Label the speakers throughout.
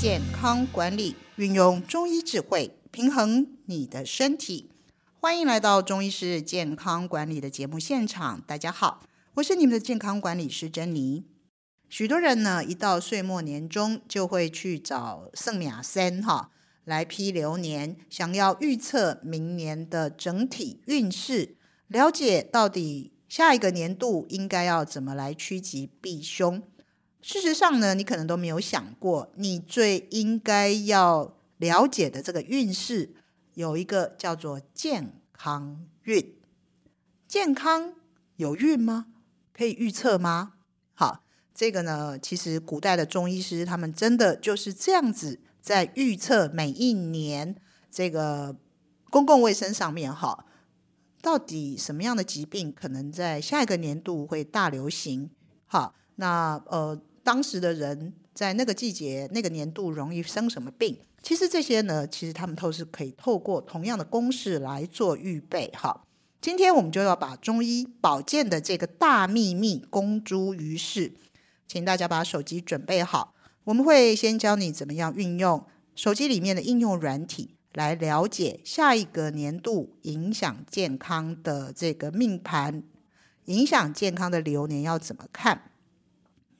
Speaker 1: 健康管理，运用中医智慧，平衡你的身体。欢迎来到中医师健康管理的节目现场，大家好，我是你们的健康管理师珍妮。许多人呢，一到岁末年终，就会去找圣雅森哈来批流年，想要预测明年的整体运势，了解到底下一个年度应该要怎么来趋吉避凶。事实上呢，你可能都没有想过，你最应该要了解的这个运势，有一个叫做健康运。健康有运吗？可以预测吗？好，这个呢，其实古代的中医师他们真的就是这样子，在预测每一年这个公共卫生上面哈，到底什么样的疾病可能在下一个年度会大流行？好，那呃，当时的人在那个季节、那个年度容易生什么病？其实这些呢，其实他们都是可以透过同样的公式来做预备。哈，今天我们就要把中医保健的这个大秘密公诸于世，请大家把手机准备好，我们会先教你怎么样运用手机里面的应用软体。来了解下一个年度影响健康的这个命盘影响健康的流年要怎么看？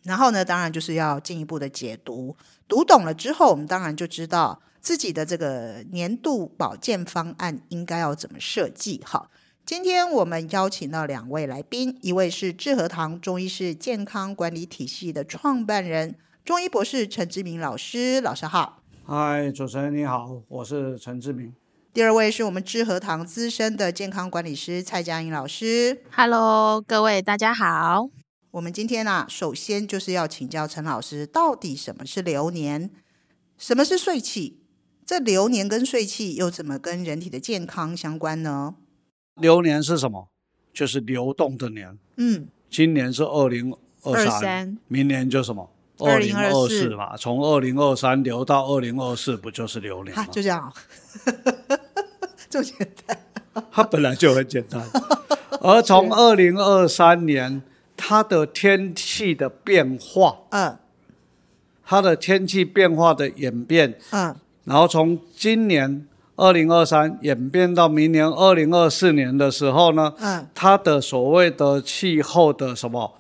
Speaker 1: 然后呢，当然就是要进一步的解读，读懂了之后，我们当然就知道自己的这个年度保健方案应该要怎么设计。好，今天我们邀请到两位来宾，一位是致和堂中医是健康管理体系的创办人，中医博士陈志明老师，老师好。
Speaker 2: 嗨，主持人你好，我是陈志明。
Speaker 1: 第二位是我们致和堂资深的健康管理师蔡佳颖老师。
Speaker 3: Hello，各位大家好。
Speaker 1: 我们今天啊，首先就是要请教陈老师，到底什么是流年，什么是睡气？这流年跟睡气又怎么跟人体的健康相关呢？
Speaker 2: 流年是什么？就是流动的年。
Speaker 1: 嗯，
Speaker 2: 今年是二零二三，
Speaker 3: 23
Speaker 2: 明年就什么？二零二
Speaker 1: 2024
Speaker 2: 四嘛，从二零二三流到二零二四，不 就是流年
Speaker 1: 哈，
Speaker 2: 吗？
Speaker 1: 就这样 啊，这么简单。
Speaker 2: 它本来就很简单。而从二零二三年，它的天气的变化，
Speaker 1: 嗯
Speaker 2: 它的天气变化的演变，
Speaker 1: 嗯
Speaker 2: 然后从今年二零二三演变到明年二零二四年的时候呢，
Speaker 1: 嗯，
Speaker 2: 它的所谓的气候的什么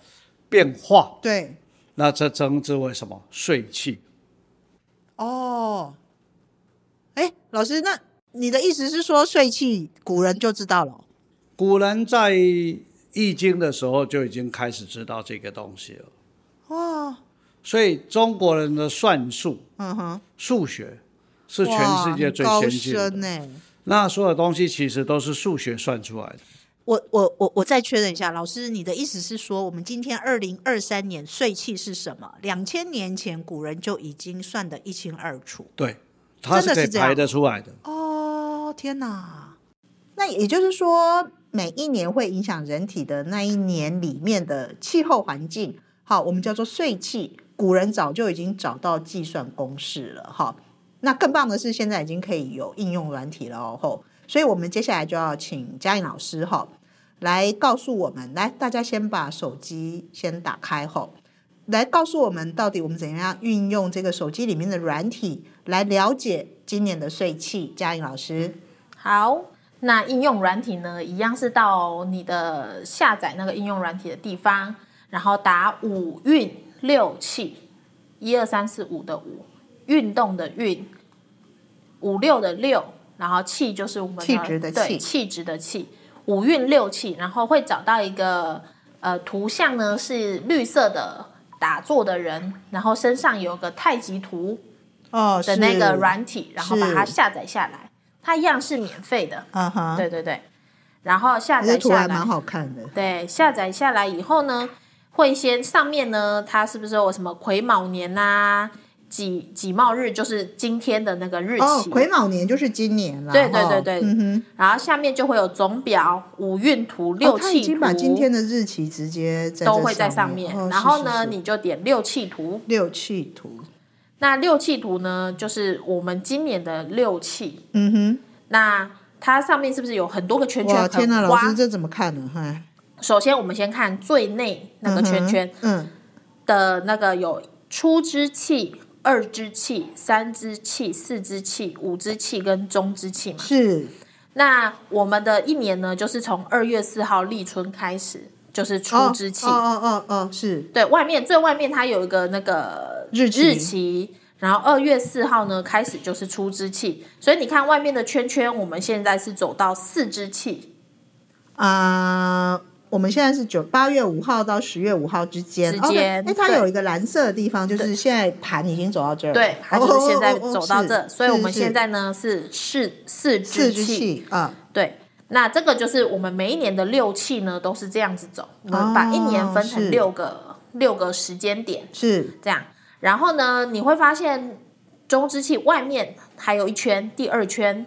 Speaker 2: 变化，
Speaker 1: 对，
Speaker 2: 那这称之为什么税气？
Speaker 1: 哦，哎，老师，那你的意思是说睡气古人就知道了哦？
Speaker 2: 古人在《易经》的时候就已经开始知道这个东西了，
Speaker 1: 哦，
Speaker 2: 所以中国人的算术、
Speaker 1: 嗯哼，
Speaker 2: 数学是全
Speaker 1: 哇
Speaker 2: 世界
Speaker 1: 很
Speaker 2: 最
Speaker 1: 高
Speaker 2: 先进的。
Speaker 1: 深欸呢、
Speaker 2: 那所有东西其实都是数学算出来的。
Speaker 1: 我我我我再确认一下，老师，你的意思是说，我们今天二零二三年税气是什么？两千年前古人就已经算得一清二楚。
Speaker 2: 对，它
Speaker 1: 真的
Speaker 2: 可以
Speaker 1: 是这样
Speaker 2: 排得出来的。
Speaker 1: 哦，天哪！那也就是说，每一年会影响人体的那一年里面的气候环境，好，我们叫做税气。古人早就已经找到计算公式了，哈。那更棒的是，现在已经可以有应用软体了哦。吼所以我们接下来就要请嘉颖老师哈来告诉我们，来大家先把手机先打开吼，来告诉我们到底我们怎样运用这个手机里面的软体来了解今年的税气。嘉颖老师，
Speaker 3: 好，那应用软体呢，一样是到你的下载那个应用软体的地方，然后打五运六气，一二三四五的五，运动的运，五六的六，然后气就是我们
Speaker 1: 气质的气
Speaker 3: 对气质的气，五运六气，然后会找到一个呃图像呢是绿色的打坐的人，然后身上有个太极图，
Speaker 1: 哦，
Speaker 3: 的那个，软体，然后把它
Speaker 1: 是
Speaker 3: 下载下来，它一样是免费的，
Speaker 1: 嗯哼，
Speaker 3: 对对对。然后下
Speaker 1: 你的
Speaker 3: 载
Speaker 1: 图
Speaker 3: 下
Speaker 1: 还
Speaker 3: 来
Speaker 1: 蛮，好看的，
Speaker 3: 对，下载下来以后呢，会先上面呢，它是不是有什么癸卯年啊、己己卯日，就是今天的那个日
Speaker 1: 哦，
Speaker 3: 期，
Speaker 1: 癸卯年就是今年了，
Speaker 3: 对对
Speaker 1: 哦
Speaker 3: 对对
Speaker 1: 嗯哼。
Speaker 3: 然后下面就会有总表、五运图、
Speaker 1: 哦
Speaker 3: 六
Speaker 1: 他已
Speaker 3: 气
Speaker 1: 经
Speaker 3: 图，
Speaker 1: 把今天的日期直接在这
Speaker 3: 都会在
Speaker 1: 上
Speaker 3: 上面。
Speaker 1: 哦
Speaker 3: 然
Speaker 1: 是
Speaker 3: 后
Speaker 1: 是
Speaker 3: 呢，
Speaker 1: 是
Speaker 3: 你就点六气图，
Speaker 1: 六气图，
Speaker 3: 那六气图呢，就是我们今年的六气，
Speaker 1: 嗯哼，
Speaker 3: 那它上面是不是有很多个圈圈？
Speaker 1: 哇，
Speaker 3: 很
Speaker 1: 天哪，老
Speaker 3: 花
Speaker 1: 师这怎么看呢？嗨，
Speaker 3: 首先我们先看最内那个
Speaker 1: 嗯哼
Speaker 3: 圈圈，
Speaker 1: 嗯，
Speaker 3: 的那个有出之气、二支气、三支气、四支气、五支气跟中支气嘛。
Speaker 1: 是
Speaker 3: 那我们的一年呢，就是从二月四号立春开始，就是初支气。
Speaker 1: 哦哦哦哦，是
Speaker 3: 对外面最外面它有一个那个
Speaker 1: 日期
Speaker 3: 日期，然后二月四号呢开始就是出支气，所以你看外面的圈圈，我们现在是走到四支气
Speaker 1: 啊、呃我们现在是九八月五号到十月五号之间，
Speaker 3: 之
Speaker 1: OK，
Speaker 3: 间
Speaker 1: 哎，它
Speaker 3: 对
Speaker 1: 有一个蓝色的地方，就是现在盘已经走到这儿了，
Speaker 3: 对，它就是现在
Speaker 1: 哦哦哦哦
Speaker 3: 走到这，
Speaker 1: 是
Speaker 3: 所以我们
Speaker 1: 是
Speaker 3: 现在呢是四四
Speaker 1: 是四
Speaker 3: 支
Speaker 1: 支
Speaker 3: 气，
Speaker 1: 气啊，
Speaker 3: 对。那这个就是我们每一年的六气呢都是这样子走，我们把一年分
Speaker 1: 哦是
Speaker 3: 成六个、六个时间点，
Speaker 1: 是
Speaker 3: 这样。然后呢，你会发现中之气外面还有一圈，第二圈。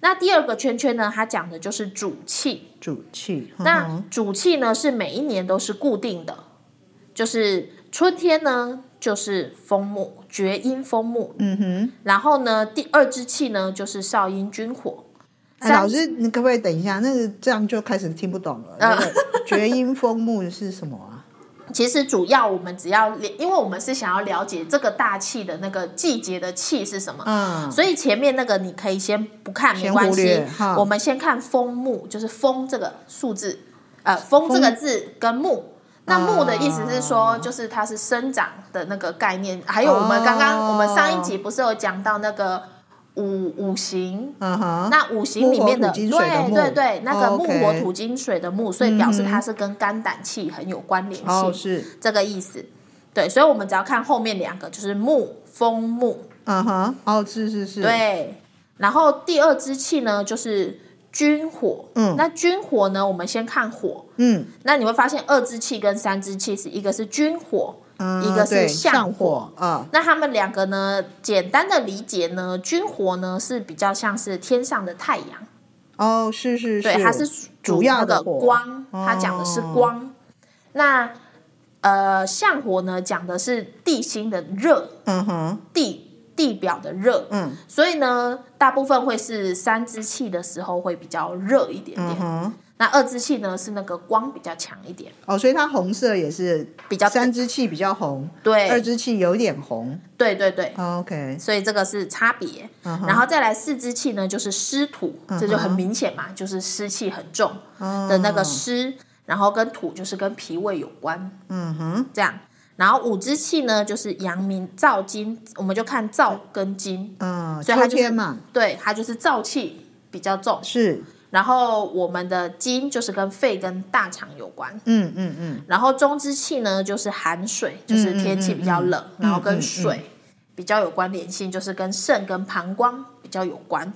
Speaker 3: 那第二个圈圈呢，它讲的就是主气。
Speaker 1: 主气。
Speaker 3: 那
Speaker 1: 嗯
Speaker 3: 主气呢是每一年都是固定的，就是春天呢就是风木，厥阴风木。
Speaker 1: 哼嗯
Speaker 3: 然后呢，第二支气呢就是少阴君火。
Speaker 1: 哼，哎，老师，你可不可以等一下？那个这样就开始听不懂
Speaker 3: 嗯
Speaker 1: 了。那 个绝音风木是什么啊？
Speaker 3: 其实主要我们只要了，因为我们是想要了解这个大气的那个季节的气是什么，
Speaker 1: 嗯
Speaker 3: 所以前面那个你可以先不看，没
Speaker 1: 先
Speaker 3: 关
Speaker 1: 忽
Speaker 3: 系
Speaker 1: 略哈。
Speaker 3: 我们先看风木，就是风这个数字，呃，风这个字跟木。那木的意思是
Speaker 1: 啊
Speaker 3: 说，就是它是生长的那个概念。还有我们刚刚
Speaker 1: 哦
Speaker 3: 我们上一集不是有讲到那个五五行，
Speaker 1: 嗯哼，
Speaker 3: 那五行里面的
Speaker 1: 木火土金水的
Speaker 3: 对
Speaker 1: 木
Speaker 3: 对对，那个
Speaker 1: 哦
Speaker 3: 木
Speaker 1: ，OK 嗯
Speaker 3: 火土金水的木，所以表示它是跟肝胆气很有关联
Speaker 1: 哦
Speaker 3: 性，
Speaker 1: 是，
Speaker 3: 这个意思。对，所以我们只要看后面两个，就是木风木，
Speaker 1: 嗯哼，哦是是是，，
Speaker 3: 对。然后第二支气呢，就是军火。
Speaker 1: 嗯
Speaker 3: 那军火呢，我们先看火。
Speaker 1: 嗯，
Speaker 3: 那你会发现二支气跟三支气是一个是军火，
Speaker 1: 嗯
Speaker 3: 一个是
Speaker 1: 对
Speaker 3: 向
Speaker 1: 上
Speaker 3: 火
Speaker 1: 火啊，
Speaker 3: 那他们两个呢，简单的理解呢，军火呢是比较像是天上的太阳，
Speaker 1: 哦是是
Speaker 3: 对，它是主
Speaker 1: 主要
Speaker 3: 那
Speaker 1: 的
Speaker 3: 个
Speaker 1: 火哦
Speaker 3: 光，它讲的是光。那呃，向火呢讲的是地心的热，
Speaker 1: 嗯哼，
Speaker 3: 地地表的热，
Speaker 1: 嗯
Speaker 3: 所以呢，大部分会是三支气的时候会比较热一点
Speaker 1: 嗯
Speaker 3: 点，
Speaker 1: 哼，
Speaker 3: 那二支气呢是那个光比较强一点，
Speaker 1: 哦，所以它红色也是
Speaker 3: 比较
Speaker 1: 三支气比较红，二
Speaker 3: 对
Speaker 1: 支气有点红
Speaker 3: 对对对，
Speaker 1: 哦，OK，
Speaker 3: 所以这个是差别。
Speaker 1: 嗯哼
Speaker 3: 然后再来四支气呢，就是湿土，
Speaker 1: 嗯哼嗯
Speaker 3: 这就很明显嘛，就是湿气很重的
Speaker 1: 的
Speaker 3: 那个湿，然后跟土就是跟脾胃有关
Speaker 1: 嗯哼，
Speaker 3: 这样。然后五支气呢，就是阳明燥金，我们就看燥跟金，
Speaker 1: 嗯，
Speaker 3: 所以它
Speaker 1: 秋
Speaker 3: 就是
Speaker 1: 天嘛
Speaker 3: 对，它就是燥气比较重。
Speaker 1: 是，
Speaker 3: 然后我们的金就是跟肺跟大肠有关。
Speaker 1: 嗯嗯嗯，
Speaker 3: 然后中之气呢，就是寒水，就是天气比较冷，
Speaker 1: 嗯嗯嗯
Speaker 3: 然后跟水比较有关联性，就是跟肾跟膀胱比较有关。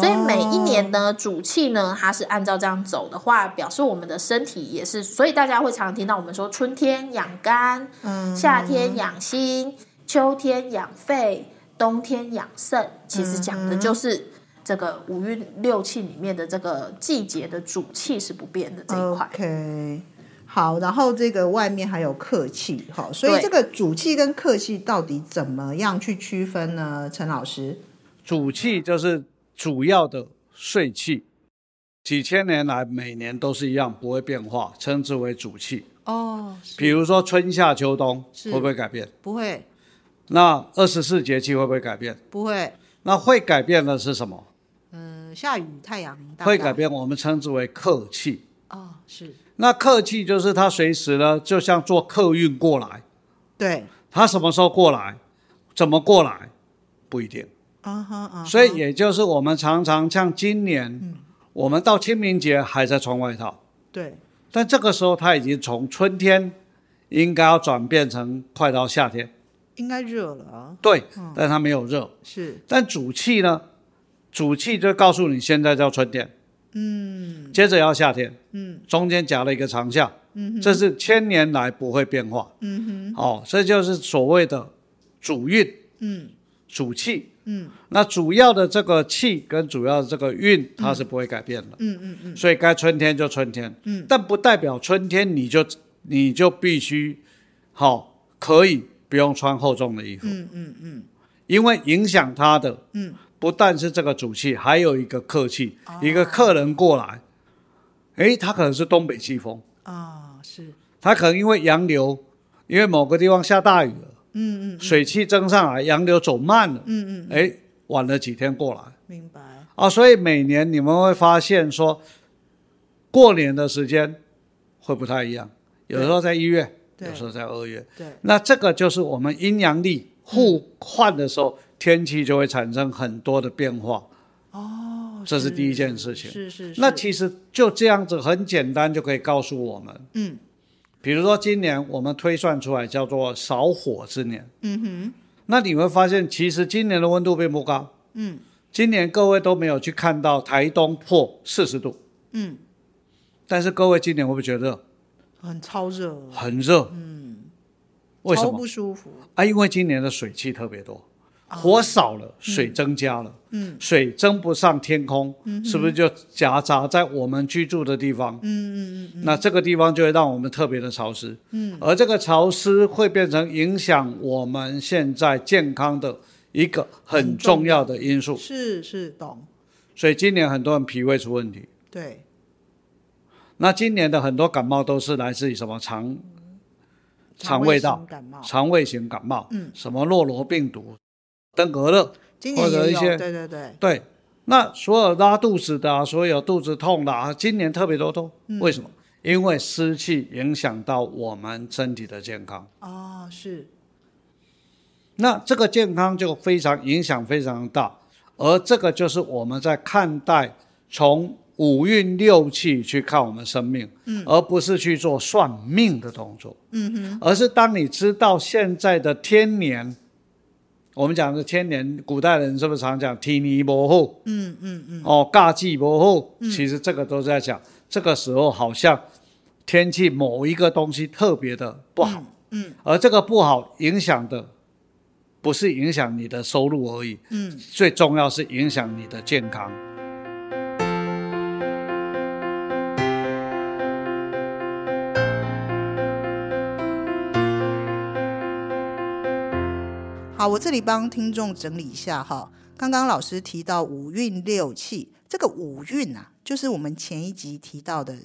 Speaker 3: 所以每一年呢，主气呢，它是按照这样走的话，表示我们的身体也是，所以大家会常听到我们说春天养肝，
Speaker 1: 嗯
Speaker 3: 夏天养心，秋天养肺，冬天养肾，其实讲的就是这个五运六气里面的这个季节的主气是不变的这一块。
Speaker 1: OK，好，然后这个外面还有客气，好，所以
Speaker 3: 对
Speaker 1: 这个主气跟客气到底怎么样去区分呢？陈老师，
Speaker 2: 主气就是主要的税气，几千年来每年都是一样，不会变化，称之为主气。
Speaker 1: 哦，
Speaker 2: 比如说春夏秋冬
Speaker 1: 是
Speaker 2: 会不会改变？
Speaker 1: 不会，
Speaker 2: 那二十四节气会不会改变？
Speaker 1: 不会，
Speaker 2: 那会改变的是什么？
Speaker 1: 嗯、下雨太阳
Speaker 2: 会改变，我们称之为客气。
Speaker 1: 哦，是
Speaker 2: 那客气就是它随时呢，就像坐客运过来，
Speaker 1: 对，
Speaker 2: 它什么时候过来，怎么过来，不一定。
Speaker 1: 啊哈啊，
Speaker 2: 所以也就是我们常常像今年，我们到清明节还在穿外套，
Speaker 1: 对，
Speaker 2: 但这个时候它已经从春天应该要转变成快到夏天，
Speaker 1: 应该热了啊，
Speaker 2: 对，但它没有热。
Speaker 1: 是
Speaker 2: 但主气呢，主气就告诉你现在叫春天，嗯，接着要夏天，嗯，中间夹了一个长夏，嗯，这是千年来不会变化，嗯哼，哦，这就是所谓的主运，嗯，主气，嗯，那主要的这个气跟主要的这个运，它是不会改变的，嗯嗯嗯，所以该春天就春天，嗯，但不代表春天你就你就必须好、可以不用穿厚重的衣服，因为影响他的，嗯，不但是这个主气，还有一个客气，一个客人过来，诶，他可能是东北季风，
Speaker 1: 啊、是
Speaker 2: 他可能因为洋流，因为某个地方下大雨了，嗯嗯，水汽蒸上来，洋流走慢了，
Speaker 1: 嗯嗯，
Speaker 2: 哎，晚了几天过来
Speaker 1: 明白。
Speaker 2: 啊，所以每年你们会发现说，过年的时间会不太一样，有时候在一月，
Speaker 1: 对
Speaker 2: 有时候在二月，
Speaker 1: 对，
Speaker 2: 那这个就是我们阴阳
Speaker 1: 嗯
Speaker 2: 历互换的时候，天气就会产生很多的变化，
Speaker 1: 哦，
Speaker 2: 这是第一件事情。
Speaker 1: 是是是。
Speaker 2: 那其实就这样子很简单就可以告诉我们，
Speaker 1: 嗯
Speaker 2: 比如说今年我们推算出来叫做少火之年，
Speaker 1: 嗯哼，
Speaker 2: 那你会发现其实今年的温度并不高，
Speaker 1: 嗯
Speaker 2: 今年各位都没有去看到台东破四十度，
Speaker 1: 嗯，
Speaker 2: 但是各位今年会不会觉得
Speaker 1: 很超热，哦
Speaker 2: 很热？嗯，为什
Speaker 1: 超
Speaker 2: 么？
Speaker 1: 不舒服。
Speaker 2: 啊，因为今年的水汽特别多，火少了，水增加了，
Speaker 1: 嗯，
Speaker 2: 水蒸不上天空，嗯，是不是就夹杂在我们居住的地方？嗯嗯嗯，那这个地方就会让我们特别的潮湿，嗯，而这个潮湿会变成影响我们现在健康的一个很重要的因素，
Speaker 1: 是是懂，
Speaker 2: 所以今年很多人脾胃出问题。
Speaker 1: 对，
Speaker 2: 那今年的很多感冒都是来自于什么肠肠
Speaker 1: 胃
Speaker 2: 胃道
Speaker 1: 型感冒，
Speaker 2: 肠胃型感冒，
Speaker 1: 嗯，
Speaker 2: 什么诺罗病毒、登革热，
Speaker 1: 今年
Speaker 2: 或者
Speaker 1: 也
Speaker 2: 一
Speaker 1: 有，
Speaker 2: 些
Speaker 1: 对对对，
Speaker 2: 对，那所有拉肚子的啊，所有肚子痛的啊，今年特别多痛，为什么？因为湿气影响到我们身体的健康，
Speaker 1: 哦，是，
Speaker 2: 那这个健康就非常影响非常大，而这个就是我们在看待从五运六气去看我们生命，嗯，而不是去做算命的动作，
Speaker 1: 嗯哼，
Speaker 2: 而是当你知道现在的天年，我们讲的天年，古代人是不是常讲提尼伯后？
Speaker 1: 嗯嗯嗯，
Speaker 2: 哦，尬季过后，其实这个都在讲，这个时候好像天气某一个东西特别的不好，
Speaker 1: 嗯
Speaker 2: 而这个不好影响的不是影响你的收入而已，
Speaker 1: 嗯，
Speaker 2: 最重要是影响你的健康。
Speaker 1: 好，我这里帮听众整理一下哈。刚刚老师提到五运六气，这个五运啊，就是我们前一集提到的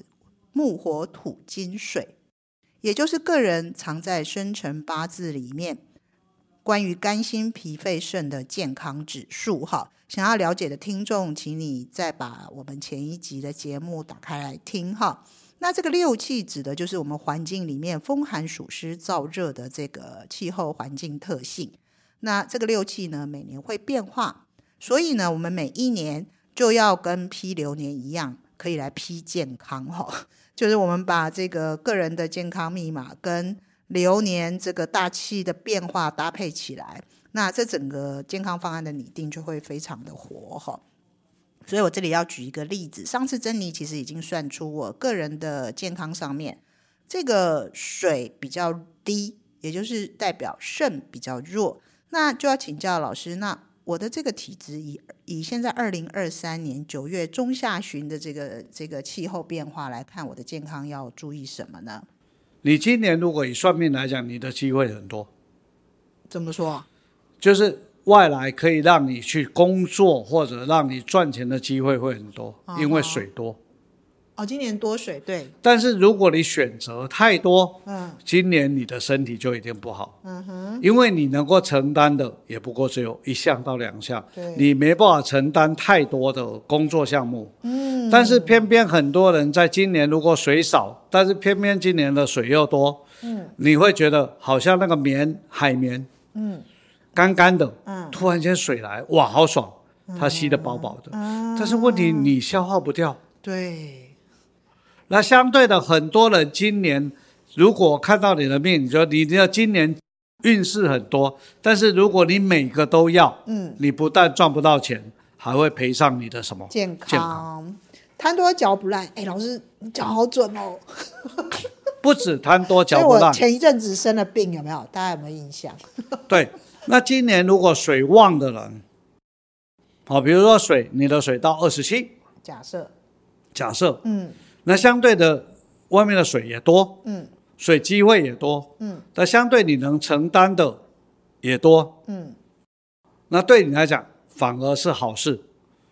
Speaker 1: 木、火、土、金、水，也就是个人藏在生辰八字里面关于肝、心、脾、肺、肾的健康指数哈。想要了解的听众，请你再把我们前一集的节目打开来听哈。那这个六气指的就是我们环境里面风寒暑湿燥热的这个气候环境特性。那这个六气呢，每年会变化，所以呢，我们每一年就要跟批流年一样，可以来批健康哈、 就是我们把这个个人的健康密码跟流年这个大气的变化搭配起来，那这整个健康方案的拟定就会非常的活哈、所以我这里要举一个例子，上次珍妮其实已经算出我个人的健康上面，这个水比较低，也就是代表肾比较弱。那就要请教老师，那我的这个体质以以现在二零二三年九月中下旬的这个这个气候变化来看，我的健康要注意什么呢？
Speaker 2: 你今年如果以算命来讲，你的机会很多，
Speaker 1: 怎么说？
Speaker 2: 就是外来可以让你去工作或者让你赚钱的机会会很多，因为水多。
Speaker 1: 哦，今年多水，对，
Speaker 2: 但是如果你选择太多，
Speaker 1: 嗯
Speaker 2: 今年你的身体就一定不好，
Speaker 1: 嗯哼，
Speaker 2: 因为你能够承担的也不过只有一项到两项
Speaker 1: 对，
Speaker 2: 你没办法承担太多的工作项目。嗯，但是偏偏很多人在今年如果水少，但是偏偏今年的水又多，嗯，你会觉得好像那个棉海绵，
Speaker 1: 嗯，
Speaker 2: 干干的，
Speaker 1: 嗯，
Speaker 2: 突然间水来，哇，好爽，它吸得饱饱的，
Speaker 1: 啊
Speaker 2: 但是问题你消化不掉。
Speaker 1: 对，
Speaker 2: 那相对的，很多人今年如果看到你的命，你说你要今年运势很多，但是如果你每个都要，
Speaker 1: 嗯，
Speaker 2: 你不但赚不到钱，还会赔上你的什么？
Speaker 1: 健
Speaker 2: 健康
Speaker 1: 康，贪多嚼不烂。哎，老师，你讲好准哦。
Speaker 2: 不止贪多
Speaker 1: 所以
Speaker 2: 嚼不
Speaker 1: 我
Speaker 2: 烂，
Speaker 1: 前一阵子生了病，有没有？大家有没有印象？
Speaker 2: 对。那今年如果水旺的人，好，比如说水，你的水到二十七，
Speaker 1: 假设，
Speaker 2: 假设，
Speaker 1: 嗯
Speaker 2: 那相对的外面的水也多，
Speaker 1: 嗯
Speaker 2: 水机会也多，
Speaker 1: 嗯
Speaker 2: 那相对你能承担的也多，
Speaker 1: 嗯
Speaker 2: 那对你来讲反而是好事。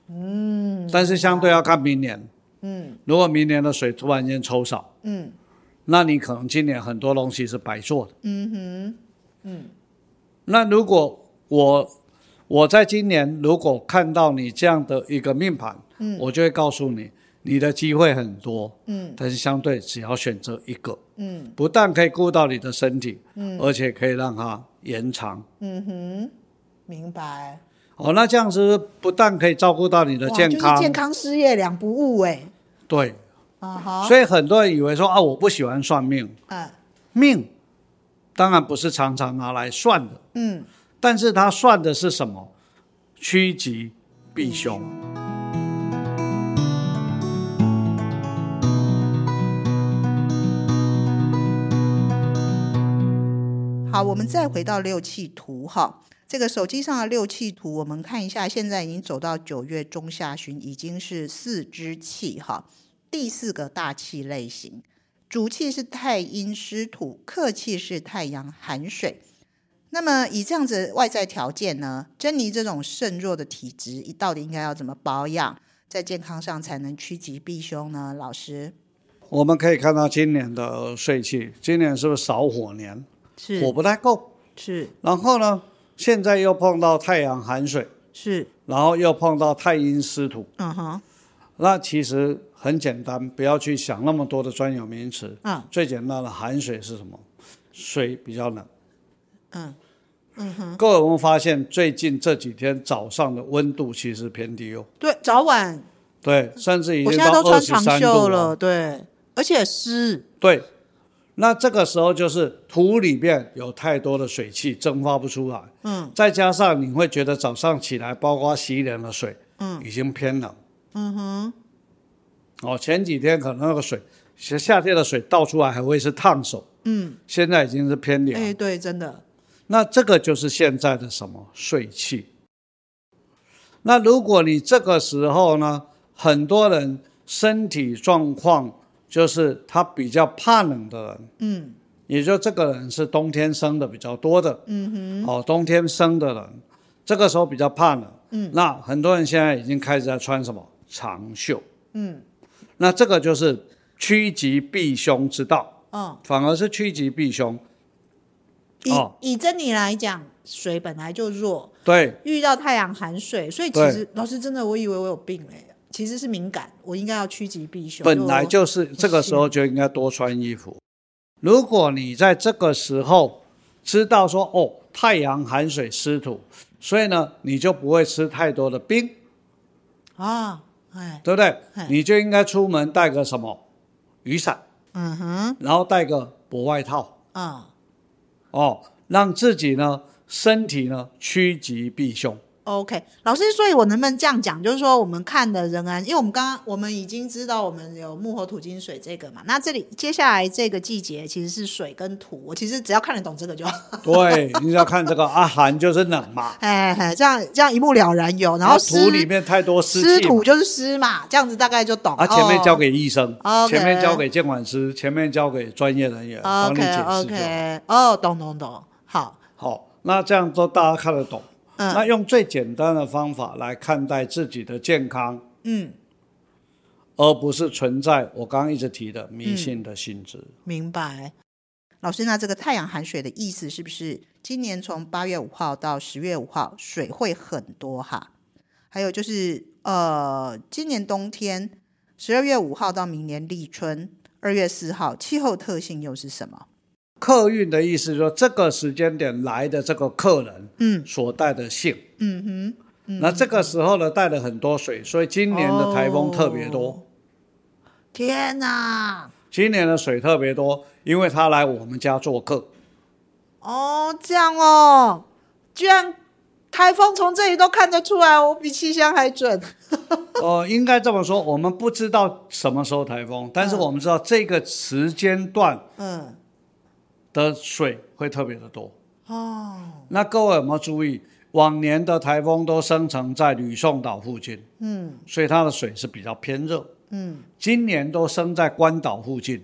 Speaker 2: 嗯，但是相对要看明年，
Speaker 1: 嗯
Speaker 2: 如果明年的水突然间抽少，
Speaker 1: 嗯
Speaker 2: 那你可能今年很多东西是白做的。
Speaker 1: 嗯哼，
Speaker 2: 那如果我我在今年如果看到你这样的一个命盘，嗯，我就会告诉你，你的机会很多，嗯，但是相对只要选择一个，嗯，不但可以顾到你的身体，嗯，而且可以让它延长。
Speaker 1: 明白。
Speaker 2: 哦，那这样子不但可以照顾到你的
Speaker 1: 哇
Speaker 2: 健
Speaker 1: 就
Speaker 2: 康，
Speaker 1: 是健康事业两不误哎、
Speaker 2: 对，
Speaker 1: 啊哈，
Speaker 2: 所以很多人以为说啊，我不喜欢算命，
Speaker 1: 嗯
Speaker 2: 命当然不是常常拿来算的，
Speaker 1: 嗯，
Speaker 2: 但是他算的是什么？趋吉避凶。
Speaker 1: 好，我们再回到六气图哈，这个手机上的六气图，我们看一下，现在已经走到九月中下旬，已经是四支气哈，第四个大气类型，主气是太阴湿土，客气是太阳寒水。那么以这样子外在条件呢，珍妮这种肾弱的体质，到底应该要怎么保养，在健康上才能趋吉避凶呢？老师
Speaker 2: 我们可以看到今年的税气，今年是不是少火年？火
Speaker 1: 是
Speaker 2: 不太够。
Speaker 1: 是
Speaker 2: 然后呢，现在又碰到太阳寒水，
Speaker 1: 是，
Speaker 2: 然后又碰到太阴湿土。
Speaker 1: 嗯哼，
Speaker 2: 那其实很简单，不要去想那么多的专有名词。
Speaker 1: 嗯
Speaker 2: 最简单的寒水是什么？水比较冷。
Speaker 1: 嗯
Speaker 2: 各位有没有发现最近这几天早上的温度其实偏低哦？
Speaker 1: 对，早晚
Speaker 2: 对，甚至已
Speaker 1: 我
Speaker 2: 经
Speaker 1: 现在
Speaker 2: 到
Speaker 1: 都
Speaker 2: 二
Speaker 1: 穿
Speaker 2: 十
Speaker 1: 长
Speaker 2: 三
Speaker 1: 袖
Speaker 2: 度了。
Speaker 1: 了，对，而且湿，
Speaker 2: 对，那这个时候就是土里面有太多的水汽蒸发不出来，
Speaker 1: 嗯
Speaker 2: 再加上你会觉得早上起来，包括洗脸的水，
Speaker 1: 嗯，
Speaker 2: 已经偏冷。
Speaker 1: 嗯哼，
Speaker 2: 哦，前几天可能那个水，夏夏天的水倒出来还会是烫手，
Speaker 1: 嗯，
Speaker 2: 现在已经是偏凉。
Speaker 1: 哎、对，真的，
Speaker 2: 那这个就是现在的什么税气。那如果你这个时候呢，很多人身体状况就是他比较怕冷的人，
Speaker 1: 嗯
Speaker 2: 也就这个人是冬天生的比较多的，
Speaker 1: 嗯哼，
Speaker 2: 哦，冬天生的人，这个时候比较怕冷。
Speaker 1: 嗯，
Speaker 2: 那很多人现在已经开始在穿什么长袖，
Speaker 1: 嗯
Speaker 2: 那这个就是趋吉避凶之道，
Speaker 1: 哦，
Speaker 2: 反而是趋吉避凶。
Speaker 1: 以、
Speaker 2: 哦
Speaker 1: 以珍妮来讲，水本来就弱，
Speaker 2: 对，
Speaker 1: 遇到太阳寒水，所以其
Speaker 2: 对
Speaker 1: 实老师真的，我以为我有病嘞、其实是敏感，我应该要趋吉避凶。
Speaker 2: 本来就是这个时候就应该多穿衣服。如果你在这个时候知道说哦，太阳、寒水、湿土，所以呢，你就不会吃太多的冰，
Speaker 1: 啊，哎，
Speaker 2: 对不对
Speaker 1: 嗯？
Speaker 2: 你就应该出门带个什么雨伞，
Speaker 1: 嗯哼，
Speaker 2: 然后带个薄外套
Speaker 1: 啊、
Speaker 2: 哦，让自己呢身体呢趋吉避凶。
Speaker 1: OK，老师，所以我能不能这样讲，就是说我们看的仍然，因为我们刚刚我们已经知道我们有木火土金水这个嘛，那这里接下来这个季节其实是水跟土，我其实只要看得懂这个就好，
Speaker 2: 对，你只要看这个啊，寒就是冷嘛，
Speaker 1: 哎，哎这样这样一目了然有，然后
Speaker 2: 啊
Speaker 1: 湿
Speaker 2: 土里面太多湿
Speaker 1: 湿
Speaker 2: 气嘛
Speaker 1: 土就是湿嘛，这样子大概就懂。
Speaker 2: 啊，前面交给医生，
Speaker 1: 哦 OK
Speaker 2: 前面交给监管师，前面交给专业人员帮你解
Speaker 1: 哦 OK
Speaker 2: 释就好。
Speaker 1: OK，哦，懂懂懂，好，
Speaker 2: 好，那这样都大家看得懂。那
Speaker 1: 嗯
Speaker 2: 用最简单的方法来看待自己的健康，
Speaker 1: 嗯，
Speaker 2: 而不是存在我刚刚一直提的
Speaker 1: 嗯
Speaker 2: 迷信的性质。
Speaker 1: 明白。老师，那这个太阳寒水的意思是不是今年从八月五号到十月五号水会很多哈？还有就是呃，今年冬天十二月五号到明年立春二月四号，气候特性又是什么？
Speaker 2: 客运的意思就是说，这个时间点来的这个客人
Speaker 1: 嗯
Speaker 2: 所带的性，
Speaker 1: 嗯哼，
Speaker 2: 那这个时候呢带了很多水，所以今年的台风特别多。
Speaker 1: 哦天哪！
Speaker 2: 今年的水特别多，因为他来我们家做客。
Speaker 1: 哦，这样哦，居然台风从这里都看得出来，我比气象还准。
Speaker 2: 呃，应该这么说，我们不知道什么时候台风，但是我们知道这个时间段
Speaker 1: 嗯，
Speaker 2: 的水会特别的多。
Speaker 1: 哦，
Speaker 2: 那各位有没有注意，往年的台风都生成在吕宋岛附近，
Speaker 1: 嗯
Speaker 2: 所以它的水是比较偏热。
Speaker 1: 嗯，
Speaker 2: 今年都生在关岛附近，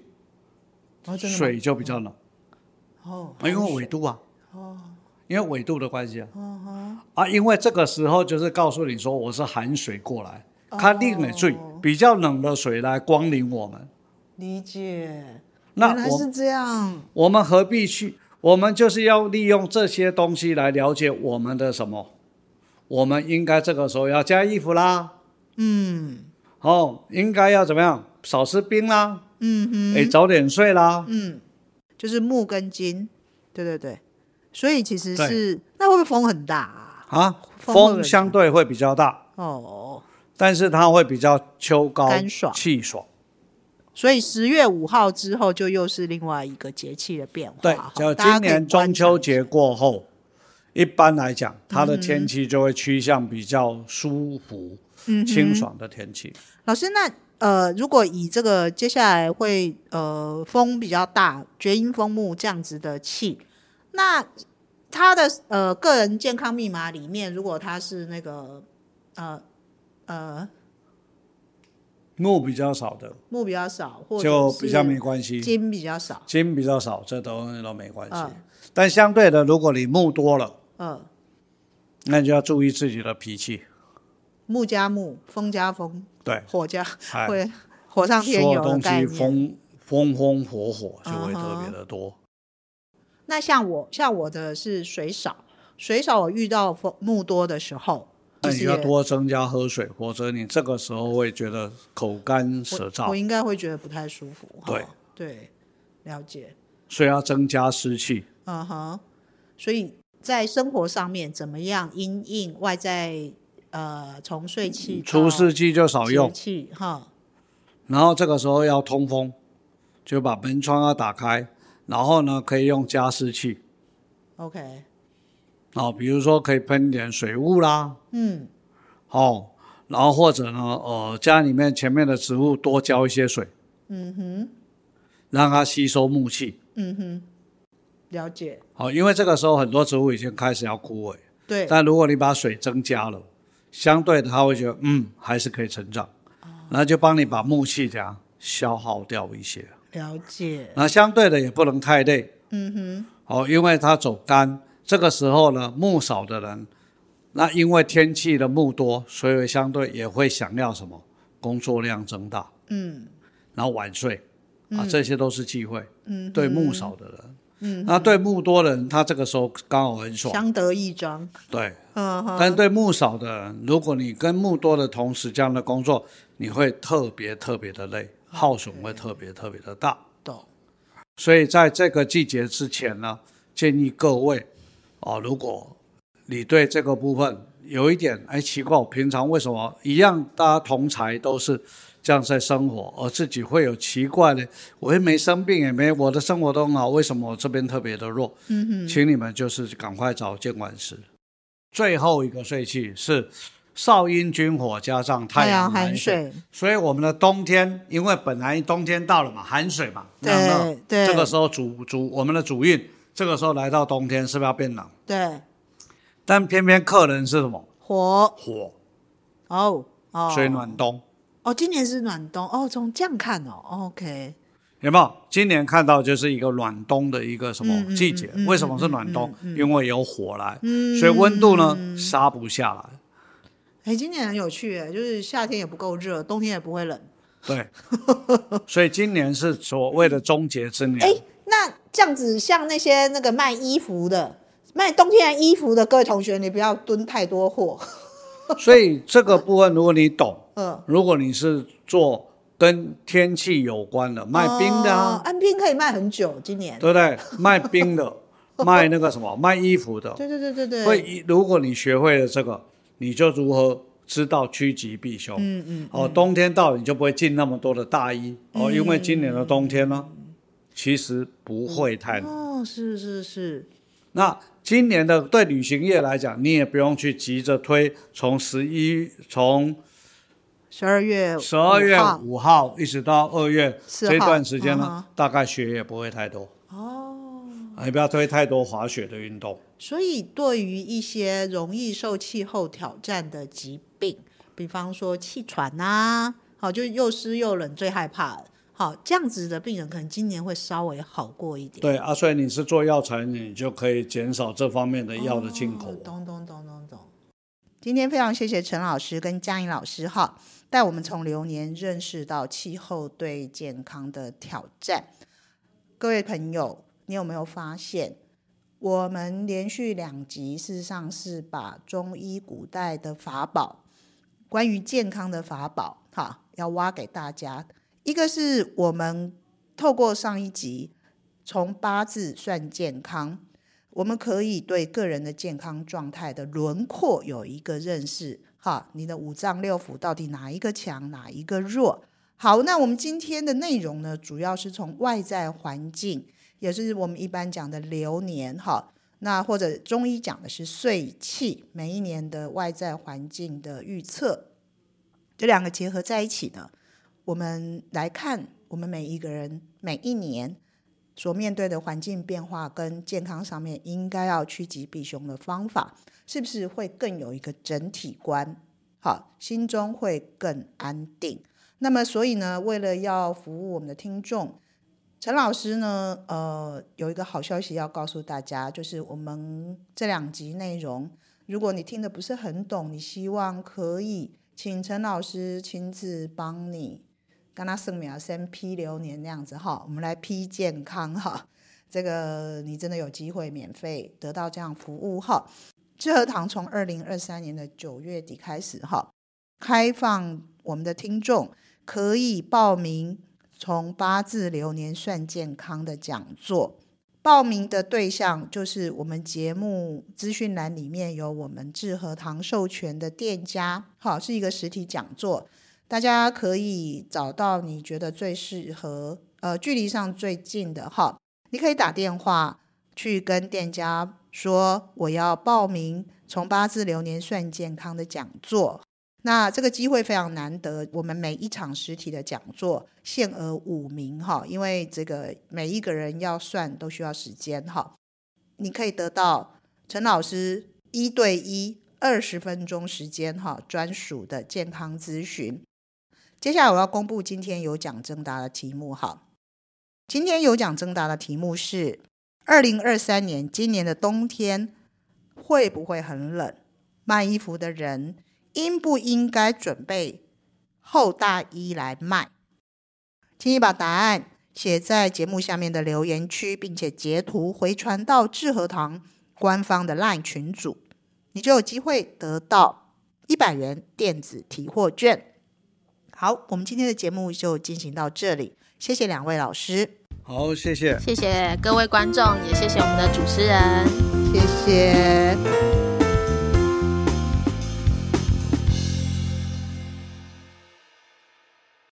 Speaker 1: 哦，真的吗
Speaker 2: 水就比较冷，
Speaker 1: 哦，
Speaker 2: 因为
Speaker 1: 我
Speaker 2: 纬度啊，
Speaker 1: 哦，
Speaker 2: 因为纬度的关系啊。
Speaker 1: 嗯哼，
Speaker 2: 啊，因为这个时候就是告诉你说我是寒水过来，它令你最
Speaker 1: 哦
Speaker 2: 比较冷的水来光临我们。
Speaker 1: 理解。
Speaker 2: 那
Speaker 1: 原来
Speaker 2: 我
Speaker 1: 是这样，
Speaker 2: 我们何必去？我们就是要利用这些东西来了解我们的什么，我们应该这个时候要加衣服啦，
Speaker 1: 嗯
Speaker 2: 哦，应该要怎么样，少吃冰啦，
Speaker 1: 嗯哼，
Speaker 2: 哎、早点睡啦，
Speaker 1: 嗯，就是木跟金，对对对，所以其实
Speaker 2: 对
Speaker 1: 是那会不会风很大啊？
Speaker 2: 啊，
Speaker 1: 风会不会
Speaker 2: 风相对会比较大，
Speaker 1: 哦，
Speaker 2: 但是它会比较秋高
Speaker 1: 干爽
Speaker 2: 气爽，
Speaker 1: 所以十月五号之后就又是另外一个节气的变化。
Speaker 2: 对
Speaker 1: 哈，
Speaker 2: 就
Speaker 1: 大家
Speaker 2: 今
Speaker 1: 可以
Speaker 2: 年中
Speaker 1: 观察
Speaker 2: 秋节过后，一般来讲，它的天气就会趋向比较舒服、
Speaker 1: 嗯哼
Speaker 2: 清爽的天气。
Speaker 1: 老师，那呃，如果以这个接下来会呃风比较大，厥阴风木这样子的气，那他的呃个人健康密码里面，如果他是那个呃呃
Speaker 2: 木比较少的
Speaker 1: 木比较少，或者
Speaker 2: 就是比较没关系，
Speaker 1: 金比较少，
Speaker 2: 金比较少，这东西都没关系。
Speaker 1: 嗯
Speaker 2: 但相对的，如果你木多了，
Speaker 1: 呃
Speaker 2: 那你就要注意自己的脾气。
Speaker 1: 木加木，风加风，
Speaker 2: 对，
Speaker 1: 火加
Speaker 2: 哎
Speaker 1: 会火上天
Speaker 2: 所
Speaker 1: 油
Speaker 2: 有
Speaker 1: 的
Speaker 2: 东
Speaker 1: 概
Speaker 2: 西
Speaker 1: 念。
Speaker 2: 风风风火火就
Speaker 1: 嗯哼
Speaker 2: 会特别的多。
Speaker 1: 那像我像我的是水少，水少我遇到风木多的时候，
Speaker 2: 那
Speaker 1: 就
Speaker 2: 你
Speaker 1: 是
Speaker 2: 要
Speaker 1: 也
Speaker 2: 多增加喝水，否则你这个时候会觉得口干舌
Speaker 1: 我我
Speaker 2: 燥，
Speaker 1: 应该会觉得不太舒服。哈
Speaker 2: 对
Speaker 1: 对，了解，
Speaker 2: 所以要增加湿气。
Speaker 1: 嗯哼。所以在生活上面怎么样因应外在呃从睡气
Speaker 2: 除湿机就少用，
Speaker 1: 气哈，
Speaker 2: 然后这个时候要通风，就把门窗要打开，然后呢可以用加湿器
Speaker 1: OK，
Speaker 2: 哦，比如说可以喷点水雾啦，
Speaker 1: 嗯
Speaker 2: 哦，然后或者呢，呃，家里面前面的植物多浇一些水，
Speaker 1: 嗯哼
Speaker 2: 让它吸收木气。
Speaker 1: 嗯哼，了解，
Speaker 2: 好、因为这个时候很多植物已经开始要枯萎，
Speaker 1: 对，
Speaker 2: 但如果你把水增加了，相对的它会觉得嗯还是可以成长，
Speaker 1: 哦
Speaker 2: 然后就帮你把木气这样消耗掉一些。
Speaker 1: 了解，
Speaker 2: 那相对的也不能太累，
Speaker 1: 嗯哼，
Speaker 2: 哦，因为它走干，这个时候呢木少的人，那因为天气的木多，所以相对也会想要什么工作量增大，
Speaker 1: 嗯
Speaker 2: 然后晚睡啊，这些都是忌讳。
Speaker 1: 嗯，
Speaker 2: 对木少的人，
Speaker 1: 嗯，
Speaker 2: 那对木多的人，他这个时候刚好很爽，
Speaker 1: 相得益彰，
Speaker 2: 对。
Speaker 1: 嗯哼，
Speaker 2: 但对木少的人，如果你跟木多的同时这样的工作，你会特别特别的累，耗损会特别特别的大。
Speaker 1: 懂，
Speaker 2: 所以在这个季节之前呢，建议各位，哦，如果你对这个部分有一点哎奇怪，我平常为什么一样大家同才都是这样在生活，而自己会有奇怪的，我又没生病，也没我的生活都很好，为什么我这边特别的弱？
Speaker 1: 嗯哼，
Speaker 2: 请你们就是赶快找监管师。最后一个税气是少阴君火加上太阳
Speaker 1: 寒
Speaker 2: 寒水，，所以我们的冬天，因为本来冬天到了嘛，寒水嘛，
Speaker 1: 对
Speaker 2: 凉了，
Speaker 1: 对
Speaker 2: 这个时候主主我们的主运，这个时候来到冬天是不是要变冷？
Speaker 1: 对，
Speaker 2: 但偏偏客人是什么
Speaker 1: 火
Speaker 2: 火，
Speaker 1: 哦哦，
Speaker 2: 所以暖冬、
Speaker 1: 哦，今年是暖冬哦，从这样看哦，OK，
Speaker 2: 有没有？今年看到就是一个暖冬的一个什
Speaker 1: 嗯嗯
Speaker 2: 么季节？
Speaker 1: 嗯嗯
Speaker 2: 为什么是暖冬？因为有火来，
Speaker 1: 嗯
Speaker 2: 所以温度呢杀不下来。
Speaker 1: 哎，今年很有趣哎，就是夏天也不够热，冬天也不会冷。
Speaker 2: 对，所以今年是所谓的终结之年。
Speaker 1: 哎，那这样子，像那些那个卖衣服的、卖冬天衣服的各位同学，你不要蹲太多货。
Speaker 2: 所以这个部分，如果你懂，
Speaker 1: 嗯，
Speaker 2: 如果你是做跟天气有关的，卖冰的
Speaker 1: 哦
Speaker 2: 啊，
Speaker 1: 按冰可以卖很久，今年。
Speaker 2: 对不对？卖 冰的，卖那个什么，卖衣服的，
Speaker 1: 对对对对对，
Speaker 2: 会一如果你学会了这个，你就如何知道趋吉避凶。
Speaker 1: 嗯嗯，
Speaker 2: 哦，冬天到了，你就不会进那么多的大衣哦，因为今年的冬天呢，其实不会太冷。
Speaker 1: 哦，是是是，
Speaker 2: 那今年的对旅行业来讲，你也不用去急着推，从十一从
Speaker 1: 十二月
Speaker 2: 十二月
Speaker 1: 号
Speaker 2: 五号一直到二月
Speaker 1: 4号
Speaker 2: 这段时间
Speaker 1: 嗯
Speaker 2: 呢，大概雪也不会太多，
Speaker 1: 哦。
Speaker 2: 你不要推太多滑雪的运动。
Speaker 1: 所以，对于一些容易受气候挑战的疾病，比方说气喘啊，好，就又湿又冷，最害怕了。好，这样子的病人可能今年会稍微好过一点。
Speaker 2: 对啊，所以你是做药材，你就可以减少这方面的药的进口
Speaker 1: 哦。懂懂懂懂懂。今天非常谢谢陈老师跟嘉颖老师哈，带我们从流年认识到气候对健康的挑战。各位朋友，你有没有发现，我们连续两集事实上是把中医古代的法宝，关于健康的法宝，哈，要挖给大家。一个是我们透过上一集从八字算健康，我们可以对个人的健康状态的轮廓有一个认识，哈，你的五脏六腑到底哪一个强，哪一个弱？好，那我们今天的内容呢，主要是从外在环境，也是我们一般讲的流年哈。那或者中医讲的是岁气，每一年的外在环境的预测，这两个结合在一起呢，我们来看我们每一个人每一年所面对的环境变化跟健康上面，应该要趋吉避凶的方法，是不是会更有一个整体观？好，心中会更安定。那么，所以呢，为了要服务我们的听众，陈老师呢，呃，有一个好消息要告诉大家，就是我们这两集内容，如果你听的不是很懂，你希望可以请陈老师亲自帮你，跟他圣秒先批流年那样子哈，我们来批健康哈， 这个你真的有机会免费得到这样服务哈。知和堂从二零二三年的九月底开始哈，开放我们的听众可以报名从八字流年算健康的讲座。报名的对象就是我们节目资讯栏里面有我们智和堂授权的店家，好，是一个实体讲座，大家可以找到你觉得最适合，呃，距离上最近的哈，你可以打电话去跟店家说我要报名从八字流年算健康的讲座，那这个机会非常难得，我们每一场实体的讲座限额五名哈，因为这个每一个人要算都需要时间哈。你可以得到陈老师一对一二十分钟时间哈专属的健康咨询。接下来我要公布今天有奖征答的题目哈，今天有奖征答的题目是二零二三年今年的冬天会不会很冷？卖衣服的人应不应该准备厚大衣来卖？请你把答案写在节目下面的留言区，并且截图回传到智和堂官方的 LINE 群组，你就有机会得到一百元电子提货券。好，我们今天的节目就进行到这里，谢谢两位老师，
Speaker 2: 好，谢谢。
Speaker 3: 谢谢各位观众，也谢谢我们的主持人。
Speaker 1: 谢谢。